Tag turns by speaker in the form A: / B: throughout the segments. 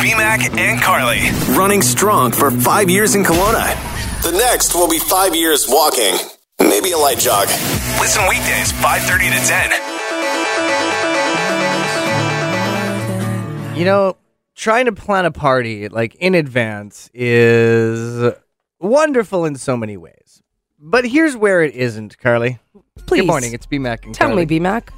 A: BMAC, and Carly. Running strong for five years in Kelowna.
B: The next will be five years walking, maybe a light jog.
A: Listen weekdays, 5.30 to 10.
C: You know, trying to plan a party like in advance is wonderful in so many ways. But here's where it isn't, Carly.
D: Please.
C: Good morning. It's BMAC and
D: Tell
C: Carly.
D: me, BMAC.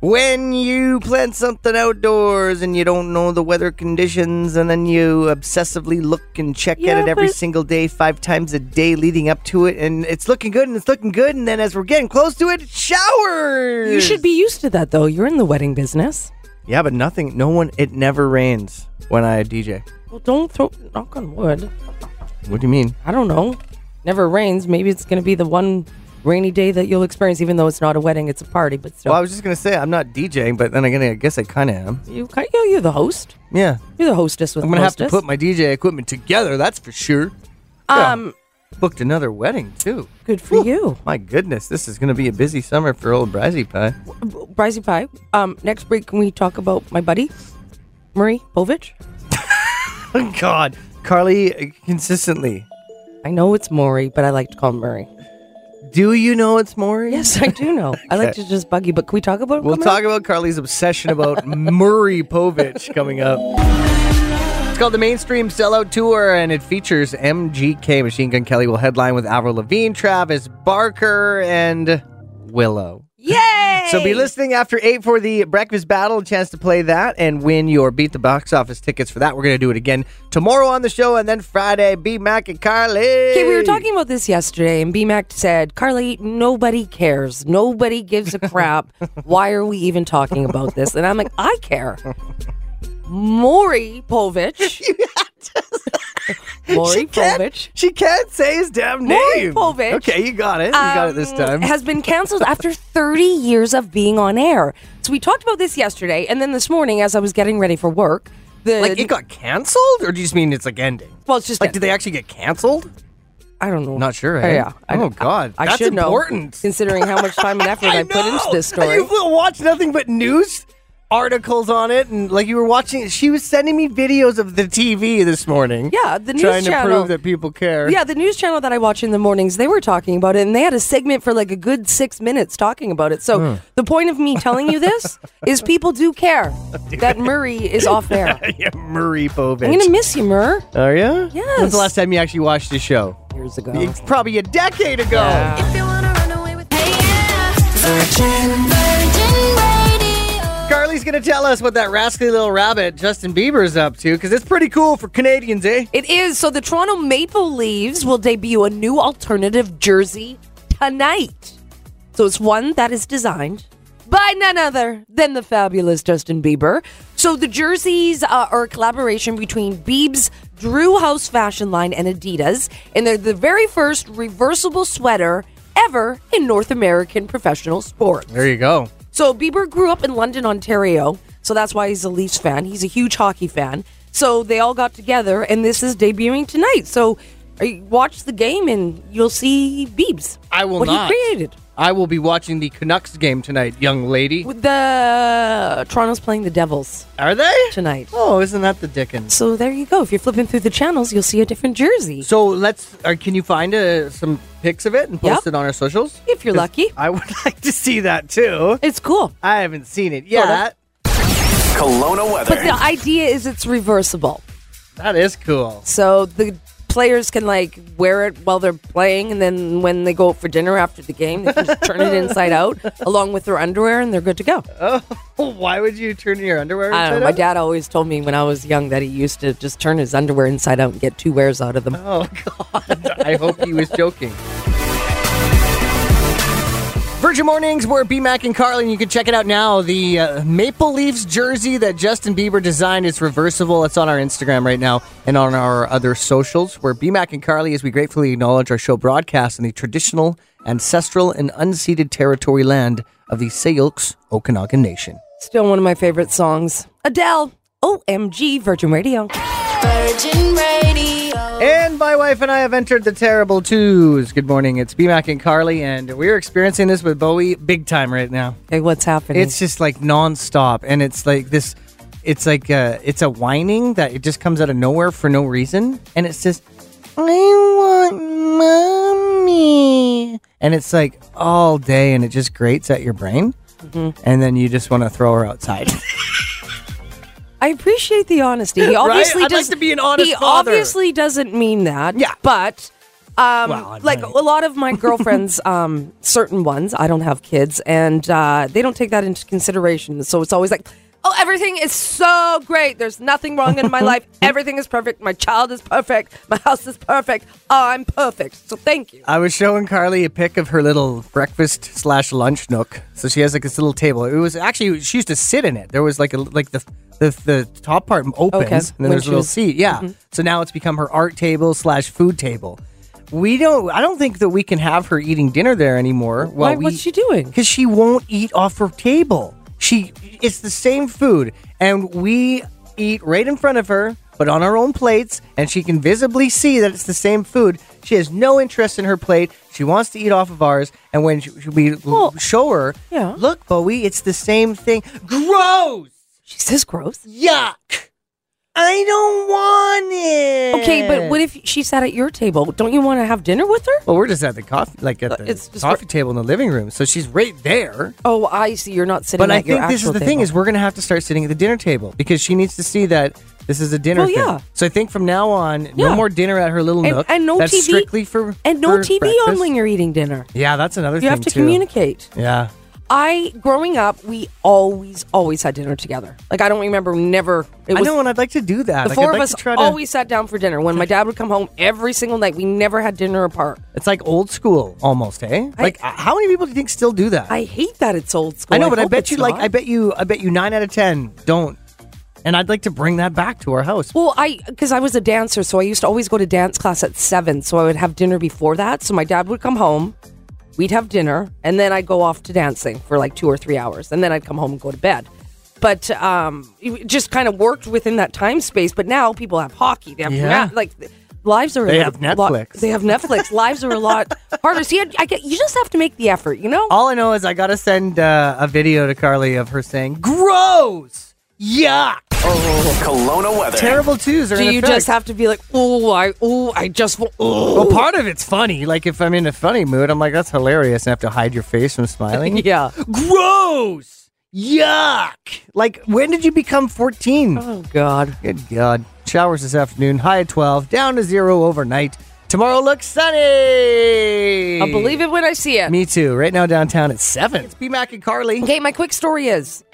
C: when you plan something outdoors and you don't know the weather conditions and then you obsessively look and check
D: Yeah,
C: at it every
D: but-
C: single day, five times a day leading up to it and it's looking good and it's looking good and then as we're getting close to it, showers.
D: You should be used to that, though. You're in the wedding business.
C: Yeah, but nothing no one it never rains when I DJ.
D: Well, don't throw knock on wood.
C: What do you mean?
D: I don't know. Never rains. Maybe it's going to be the one rainy day that you'll experience, even though it's not a wedding, it's a party. But still,
C: Well, I was just gonna say I'm not DJing, but then again, I guess I kind of am.
D: you, ki- yeah, you're the host.
C: Yeah,
D: You're the hostess with
C: I'm gonna have to
D: hostess.
C: put my DJ equipment together. That's for sure. yeah.
D: um,
C: Booked another wedding too.
D: good for you,
C: My goodness, this is gonna be a busy summer for old Brizzy Pie.
D: Brizzy Pie. Um, next break, can we talk about my buddy Marie Povich?
C: Oh God, Carly, uh, consistently.
D: I know it's Maury, but I like to call him Murray.
C: Do you know it's Maury?
D: Yes, I do know. I like to just bug you, but can we talk about? it
C: We'll
D: coming up?
C: talk about Carly's obsession about Murray Povich coming up. It's called the Mainstream Sellout Tour, and it features MGK. Machine Gun Kelly will headline with Avril Lavigne, Travis Barker, and Willow.
D: Yay!
C: So be listening after eight for the breakfast battle. A chance to play that and win your beat the box office tickets for that. We're gonna do it again tomorrow on the show, and then Friday. Be Mac and Carly.
D: Okay, we were talking about this yesterday, and BMAC said, Carly, nobody cares. Nobody gives a crap. Why are we even talking about this? And I'm like, I care. Maury Povich. Maury Povich.
C: She can't say his damn name.
D: Maury Povich.
C: Okay, you got it. You got it this
D: um,
C: time.
D: Has been canceled after 30 years of being on air. So we talked about this yesterday, and then this morning, as I was getting ready for work, the
C: like it got canceled, or do you just mean it's like ending?
D: well, it's just
C: Like, did they actually get canceled?
D: I don't know.
C: Not sure.
D: Oh,
C: eh?
D: yeah. I-
C: Oh God.
D: I
C: That's
D: should
C: important.
D: know, considering how much time and effort I, put into this
C: know!
D: story.
C: You watch nothing but news articles on it, and like you were watching. She was sending me videos of the TV this morning.
D: Yeah, the news
C: trying to
D: channel.
C: prove that people care.
D: Yeah, the news channel that I watch in the mornings, they were talking about it and they had a segment for like a good six minutes talking about it. So the point of me telling you this is people do care that Murray is off air.
C: yeah, Murray Povich.
D: I'm going to miss you, Murr.
C: Are you?
D: Yes.
C: When's the last time you actually watched the show?
D: Years ago.
C: It's probably a decade ago. Carly's gonna tell us what that rascally little rabbit Justin Bieber's up to, because it's pretty cool for Canadians, eh?
D: It is. So the Toronto Maple Leaves will debut a new alternative jersey tonight. So it's one that is designed by none other than the fabulous Justin Bieber. So the jerseys uh, are a collaboration between Biebs, Drew House Fashion Line, and Adidas, and they're the very first reversible sweater ever in North American professional sports.
C: There you go.
D: So Bieber grew up in London, Ontario, so that's why he's a Leafs fan. He's a huge hockey fan. So they all got together, and this is debuting tonight. So uh, watch the game, and you'll see Biebs.
C: I will
D: what
C: not.
D: he created.
C: I will be watching the Canucks game tonight, young lady.
D: With The Toronto's playing the Devils
C: Are they?
D: tonight.
C: Oh, isn't that the Dickens?
D: So there you go. If you're flipping through the channels, you'll see a different jersey.
C: So let's. Uh, can you find uh, some pics of it and post
D: Yep.
C: it on our socials?
D: If you're
C: 'Cause
D: lucky.
C: I would like to see that too.
D: It's cool.
C: I haven't seen it yet.
D: Sorta.
B: Kelowna weather.
D: But the idea is it's reversible.
C: That is cool.
D: So the players can like wear it while they're playing, and then when they go out for dinner after the game, they can just turn it inside out along with their underwear, and they're good to go.
C: Why would you turn your underwear
D: I
C: inside
D: don't know, my
C: out?
D: dad always told me when I was young that he used to just turn his underwear inside out and get two wears out of them.
C: Oh God! I hope he was joking. Virgin Mornings, we're BMAC and Carly, and you can check it out now. The uh, Maple Leafs jersey that Justin Bieber designed is reversible. It's on our Instagram right now and on our other socials. We're BMAC and Carly as we gratefully acknowledge our show broadcast in the traditional, ancestral, and unceded territory land of the Sayulks Okanagan Nation.
D: Still one of my favorite songs. Adele, OMG, Virgin Radio.
E: Virgin Radio.
C: And my wife and I have entered the terrible twos. Good morning. It's BMAC and Carly, and we're experiencing this with Bowie big time right now.
D: Hey, what's happening?
C: It's just like nonstop, and it's like this it's like uh it's a whining that it just comes out of nowhere for no reason, and it says, "I want mommy," and it's like all day, and it just grates at your brain, and then you just want to throw her outside.
D: I appreciate the honesty. He obviously
C: I'd like
D: does
C: to be an honest
D: He
C: father.
D: obviously doesn't mean that.
C: Yeah.
D: but um,
C: Well, I
D: like
C: might.
D: a lot of my girlfriends, um, certain ones. I don't have kids, and uh, they don't take that into consideration. So it's always like, oh, everything is so great. There's nothing wrong in my life. Everything is perfect. My child is perfect. My house is perfect. I'm perfect. So thank you.
C: I was showing Carly a pic of her little breakfast slash lunch nook. So she has like this little table. It was actually she used to sit in it. There was like a like the the, the top part opens
D: Okay.
C: and then
D: When
C: there's
D: she
C: a little
D: was- Mm-hmm.
C: seat. Yeah. So now it's become her art table slash food table. We don't. I don't think that we can have her eating dinner there anymore.
D: Why? What's she doing?
C: Because she won't eat off her table. She it's the same food, and we eat right in front of her, but on our own plates, and she can visibly see that it's the same food. She has no interest in her plate. She wants to eat off of ours, and when she, we
D: Well,
C: show her,
D: yeah.
C: look, Bowie, it's the same thing. Gross!
D: She says gross.
C: Yuck! I don't want it.
D: Okay, but what if she sat at your table? Don't you want to have dinner with her?
C: Well, we're just at the coffee, like at the
D: Uh, It's just-
C: coffee table in the living room, so she's right there.
D: Oh, I see. You're not sitting.
C: But
D: at
C: I
D: your
C: think this is
D: actual
C: the thing:
D: table.
C: is we're going to have to start sitting at the dinner table because she needs to see that this is a dinner
D: Well,
C: thing.
D: yeah.
C: So I think from now on,
D: Yeah.
C: no more dinner at her little
D: and,
C: nook.
D: and no
C: That's
D: TV
C: strictly for
D: and no
C: for
D: TV on
C: breakfast.
D: when you're eating dinner.
C: Yeah, that's another thing
D: You have to
C: too.
D: communicate.
C: Yeah,
D: I growing up, we always always had dinner together. Like I don't remember never. It
C: I
D: was
C: know, and I'd like to do that.
D: the
C: Like,
D: four of
C: I'd like
D: us
C: to try to-
D: always sat down for dinner. When my dad would come home every single night, we never had dinner apart.
C: It's like old school almost, eh? Like, uh, how many people do you think still do that?
D: I hate that it's old school.
C: I know, but I
D: hope
C: bet
D: it's
C: you, like,
D: not.
C: I bet you, I bet you, nine out of ten don't. And I'd like to bring that back to our house.
D: Well, I because I was a dancer, so I used to always go to dance class at seven. So I would have dinner before that. So my dad would come home, we'd have dinner, and then I'd go off to dancing for like two or three hours, and then I'd come home and go to bed. But um, it just kind of worked within that time space. But now people have hockey, they have
C: Yeah.
D: na- like th- lives are
C: They
D: a
C: have
D: lot-
C: Netflix.
D: they have Netflix. lives are a lot harder. So you, had- I get, you just have to make the effort, you know.
C: All I know is I gotta send uh, a video to Carly of her saying, "Gross, yuck."
B: Oh, Kelowna weather.
C: terrible twos are
D: Do
C: in
D: you
C: effect.
D: just have to be like, oh, I, oh, I just want, oh.
C: well part of it's funny like if i'm in a funny mood i'm like that's hilarious and I have to hide your face from smiling
D: yeah.
C: gross yuck like when did you become 14
D: Oh God.
C: good god showers this afternoon high at 12 down to zero overnight tomorrow looks sunny
D: I'll Uh, believe it when I see it.
C: me too right now downtown at 7 it's b-mac and carly
D: Okay, my quick story is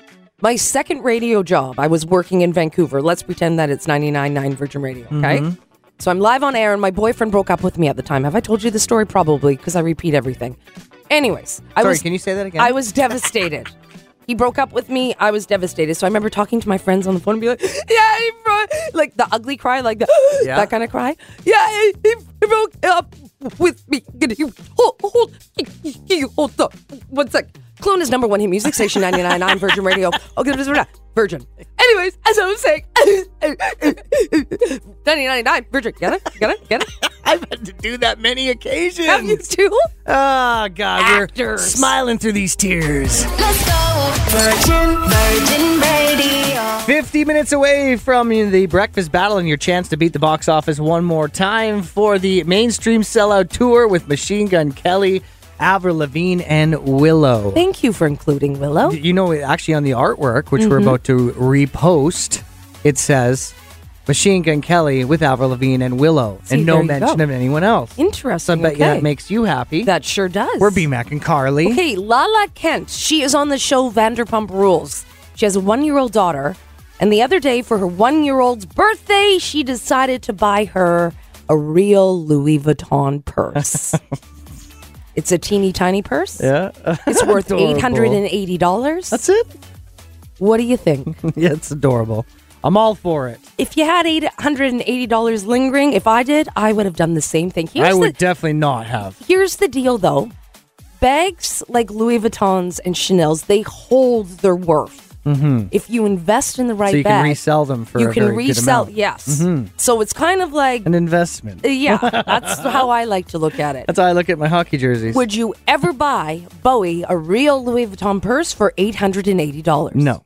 D: my second radio job. I was working in Vancouver. Let's pretend that it's 99.9 Virgin Radio, okay?
C: Mm-hmm.
D: So I'm live on air, and my boyfriend broke up with me at the time. Have I told you the story? Probably, because I repeat everything. Anyways, I
C: sorry
D: was.
C: can you say that again
D: I was devastated. he broke up with me. I was devastated. So I remember talking to my friends on the phone and be like, "Yeah, he bro-" like the ugly cry, like the
C: Yeah.
D: that kind of cry. Yeah, he, he broke up with me. And he hold, hold, he, he- hold up. One sec. Clone is number one hit music station 99.9 Virgin Radio. Okay, this is not Virgin. Anyways, as I was saying, 99.9 Virgin. Get it? Get it? Get it?
C: i've had to do that many occasions
D: Have you too?
C: oh god we're
D: Actors.
C: smiling through these tears
E: Let's go. Virgin, Virgin Radio.
C: 50 minutes away from the breakfast battle and your chance to beat the box office one more time for the mainstream sellout tour with Machine Gun Kelly, Avril Lavigne, and Willow.
D: Thank you for including Willow.
C: You know, actually, on the artwork, which we're about to repost, it says Machine Gun Kelly with Avril Lavigne and Willow,
D: See,
C: and no
D: there you
C: mention
D: go.
C: of anyone else. So I
D: Interesting.
C: bet you
D: okay.
C: that makes you happy.
D: That sure does.
C: we're BMAC and Carly.
D: Okay, Lala Kent. She is on the show Vanderpump Rules. She has a one year old daughter. And the other day, for her one year old's birthday, she decided to buy her a real Louis Vuitton purse. it's a teeny tiny purse.
C: Yeah.
D: It's worth
C: Adorable.
D: $880.
C: That's it?
D: what do you think?
C: yeah, it's adorable. I'm all for it.
D: if you had $880 lingering, if I did, I would have done the same thing. Here's
C: I
D: the-
C: would definitely not have.
D: Here's the deal, though. Bags like Louis Vuittons and Chanel's, they hold their worth. If you invest in the right
C: Mm-hmm. so you
D: bag,
C: can resell them for
D: you
C: a
D: can
C: very good
D: resell.
C: amount. Mm-hmm.
D: Yes. So it's kind of like, uh,
C: an investment.
D: yeah, that's how I like to look at it.
C: That's how I look at my hockey jerseys.
D: Would you ever buy Bowie a real Louis Vuitton purse for eight hundred and eighty dollars?
C: no,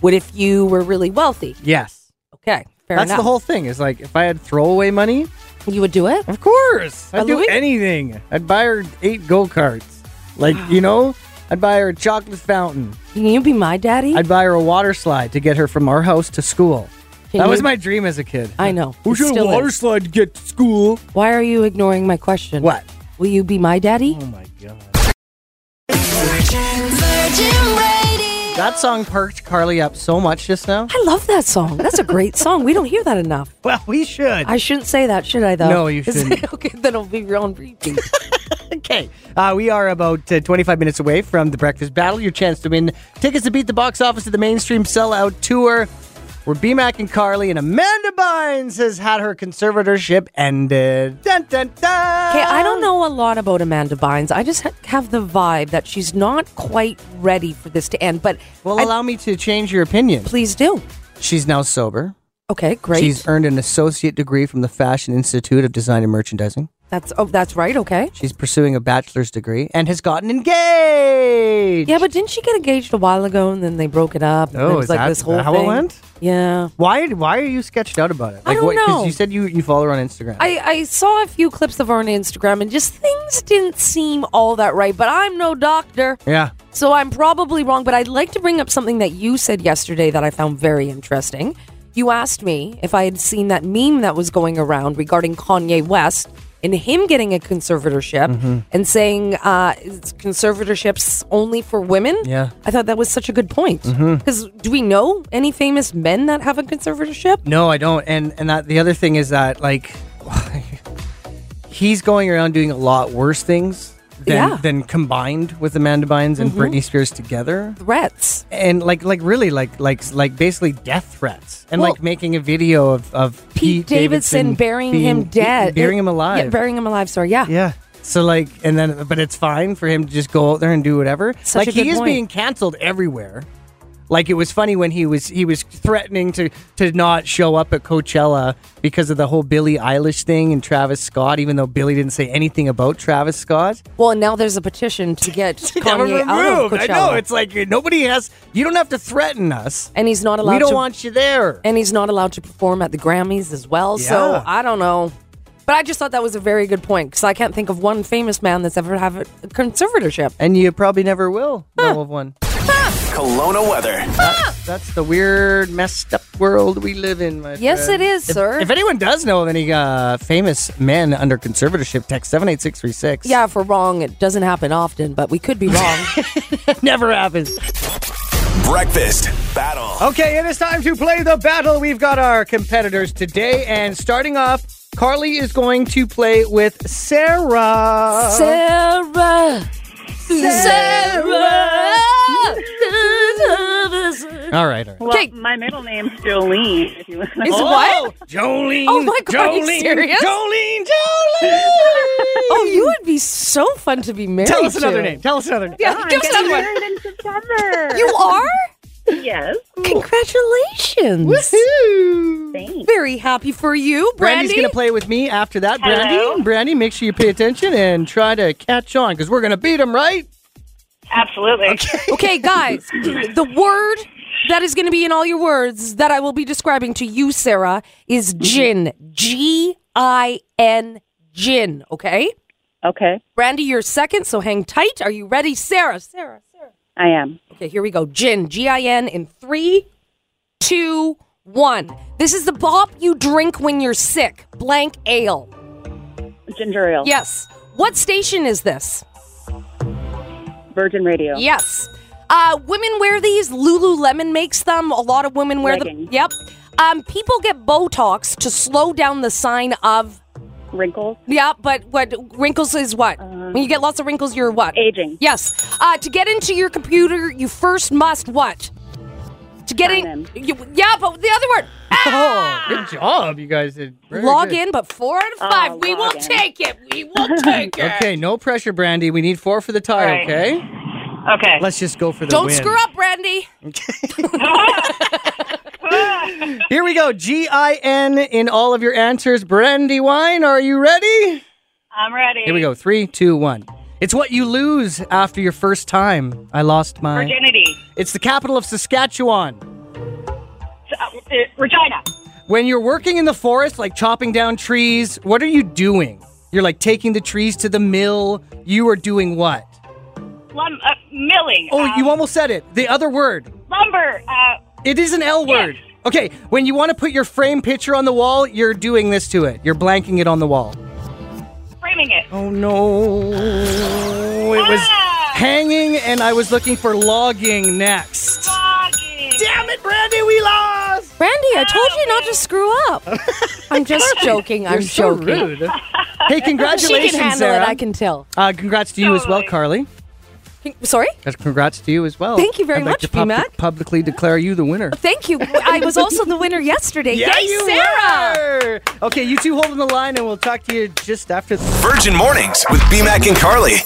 D: What if you were really wealthy?
C: Yes.
D: Okay, fair
C: That's
D: enough.
C: the whole thing. Is like if I had throwaway money,
D: you would do it?
C: of course I'd
D: A
C: do
D: Louis?
C: anything. I'd buy her eight go karts. Like you know, I'd buy her a chocolate fountain.
D: Can you be my daddy?
C: I'd buy her a water slide to get her from our house to school.
D: Can
C: that
D: you-
C: was my dream as a kid.
D: I know.
C: Who
D: It
C: should a
D: still
C: water
D: is.
C: slide to get to school?
D: Why are you ignoring my question?
C: What?
D: Will you be my daddy?
C: Oh my god.
E: Virgin Radio.
C: That song perked Carly up so much just now.
D: I love that song. That's a great song. We don't hear that enough.
C: Well, we should.
D: I shouldn't say that, should I, though?
C: No, you
D: Is it-
C: shouldn't.
D: okay, then it'll be real on repeat.
C: Okay. Uh, we are about uh, 25 minutes away from the breakfast battle. Your chance to win tickets to beat the box office at the mainstream sellout tour. Where BMAC and Carly and Amanda Bynes has had her conservatorship ended. Dun, dun, dun.
D: Okay, I don't know a lot about Amanda Bynes. I just ha- have the vibe that she's not quite ready for this to end, but
C: Well,
D: I-
C: allow me to change your opinion.
D: please do.
C: She's now sober.
D: Okay, great.
C: She's earned an associate degree from the Fashion Institute of Design and Merchandising.
D: that's oh, that's right. Okay.
C: She's pursuing a bachelor's degree and has gotten engaged.
D: Yeah, but didn't she get engaged a while ago and then they broke it up? and
C: Oh,
D: it was
C: is
D: like
C: that-
D: this whole
C: that how it
D: thing.
C: went?
D: Yeah.
C: Why? Why are you sketched out about it?
D: I don't
C: 'cause
D: know.
C: You said you, you follow her on Instagram.
D: I, I saw a few clips of her on Instagram and just things didn't seem all that right, but I'm no doctor.
C: yeah.
D: So I'm probably wrong, but I'd like to bring up something that you said yesterday that I found very interesting. You asked me if I had seen that meme that was going around regarding Kanye West and him getting a conservatorship
C: Mm-hmm.
D: and saying uh, it's conservatorships only for women.
C: Yeah. Mm-hmm.
D: I thought that was such a good point. Because do we know any famous men that have a conservatorship?
C: No, I don't. And and that the other thing is that like he's going around doing a lot worse things than
D: Yeah. Mm-hmm.
C: than combined with Amanda Bynes and Britney Spears together.
D: Threats.
C: And like like really like like like basically death threats and
D: Well-
C: like making a video of of
D: Pete, Davidson, burying
C: being-
D: him dead.
C: burying him
D: Yeah,
C: alive.
D: burying him alive, sorry. Yeah.
C: Yeah. So like, and then, but it's fine for him to just go out there and do whatever.
D: Such
C: like
D: a good
C: he is
D: point.
C: being canceled everywhere. Like it was funny when he was he was threatening to to not show up at Coachella because of the whole Billie Eilish thing and Travis Scott, even though Billie didn't say anything about Travis Scott.
D: Well, and now there's a petition to get
C: Have him
D: Kanye out of
C: removed.
D: Coachella.
C: I know it's like nobody has. You don't have to threaten us.
D: and he's not allowed
C: we don't
D: to
C: want you there.
D: and he's not allowed to perform at the Grammys as well.
C: Yeah.
D: So I don't know. But I just thought that was a very good point because I can't think of one famous man that's ever have a conservatorship.
C: and you probably never will know of one.
B: Kelowna weather.
C: That's the weird, messed up world we live in, my
D: Yes,
C: friend.
D: it is,
C: If-
D: sir.
C: If anyone does know of any uh, famous men under conservatorship, text 78636.
D: Yeah, if we're wrong, it doesn't happen often, but we could be wrong.
C: never happens.
B: Breakfast battle.
C: Okay, it is time to play the battle. We've got our competitors today, and starting off, Carly is going to play with Sarah.
D: Sarah, Sarah.
C: all right, all right.
F: Well,
D: Okay.
F: my middle name's Jolene. If you would like.
D: Is
C: Oh.
D: what?
C: Jolene.
D: Oh my God, are you
C: Jolene,
D: serious?
C: Jolene, Jolene.
D: Oh, you would be so fun to be married.
C: Tell us another
D: to.
C: name. Tell us another name.
D: Yeah,
F: I'm
D: give us
F: getting
D: another one.
F: Oh, married in September.
D: You are?
F: yes.
D: Congratulations.
C: Woohoo.
F: Thanks.
D: Very happy for you, Brandy.
C: Brandy's going to play with me after that. Brandy,
F: Hello.
C: Brandy, make sure you pay attention and try to catch on because we're going to beat them, right?
F: Absolutely.
D: Okay, guys, the word that is going to be in all your words that I will be describing to you, Sarah, is
C: Mm-hmm.
D: gin. G I N, gin. Okay?
F: Okay.
D: Brandy, you're second, so hang tight. Are you ready, Sarah? Sarah, Sarah.
F: I am.
D: Okay, here we go. Gin, G I N, in three, two, one. This is the pop you drink when you're sick. Blank ale.
F: Ginger ale.
D: Yes. What station is this?
F: Virgin Radio.
D: Yes. Uh, women wear these. Lululemon makes them. A lot of women wear them.
F: Leggings.
D: Yep. Um, people get Botox to slow down the sign of.
F: Wrinkles.
D: Yeah, but what wrinkles is what? when you get lots of wrinkles, you're what?
F: Aging.
D: Yes. Uh, to get into your computer, you first must what? To get in.
F: Sign
D: You, yeah, but the other word.
C: Oh, good job. You guys did. very
D: Ah. Log
C: good.
D: in, but four out of five. we will
F: Oh, log in.
D: take it. We will take it.
C: Okay, no pressure, Brandy. We need four for the tie,
F: Right.
C: okay?
F: Okay.
C: Let's just go for the
D: Don't
C: win.
D: screw up, Brandy.
C: Here we go. G I N in all of your answers. Brandy Wine, are you ready?
F: I'm ready.
C: Here we go. Three, two, one. It's what you lose after your first time. I lost my.
F: Virginity.
C: It's the capital of Saskatchewan.
F: uh, uh, Regina.
C: When you're working in the forest, like chopping down trees, what are you doing? You're like taking the trees to the mill. You are doing what?
F: Lum- uh, milling.
C: Oh,
F: um,
C: you almost said it. The other word.
F: lumber. Uh,
C: It is an L word.
F: Yes.
C: Okay, when you want to put your frame picture on the wall, you're doing this to it. You're blanking it on the wall.
F: framing it.
C: Oh no. It was
F: Ah!
C: hanging, and I was looking for logging next.
F: Logging.
C: Damn it, Brandy, we lost!
D: Brandy, I told you not to screw up. I'm just joking. I'm
C: You're so
D: joking.
C: rude. Hey,
D: She
C: congratulations,
D: can handle
C: Sarah.
D: it. I can tell.
C: Uh, congrats to you as well,
F: Totally.
C: Carly.
D: Sorry.
C: That's Congrats to you as well.
D: Thank you very
C: I'd like
D: much,
C: to pub-
D: BMAC.
C: publicly declare you the winner.
D: Thank you. I was also the winner yesterday. Yay,
C: you
D: Sarah!
C: were! Okay, you two hold on the line, and we'll talk to you just after.
A: Virgin Mornings with BMAC and Carly.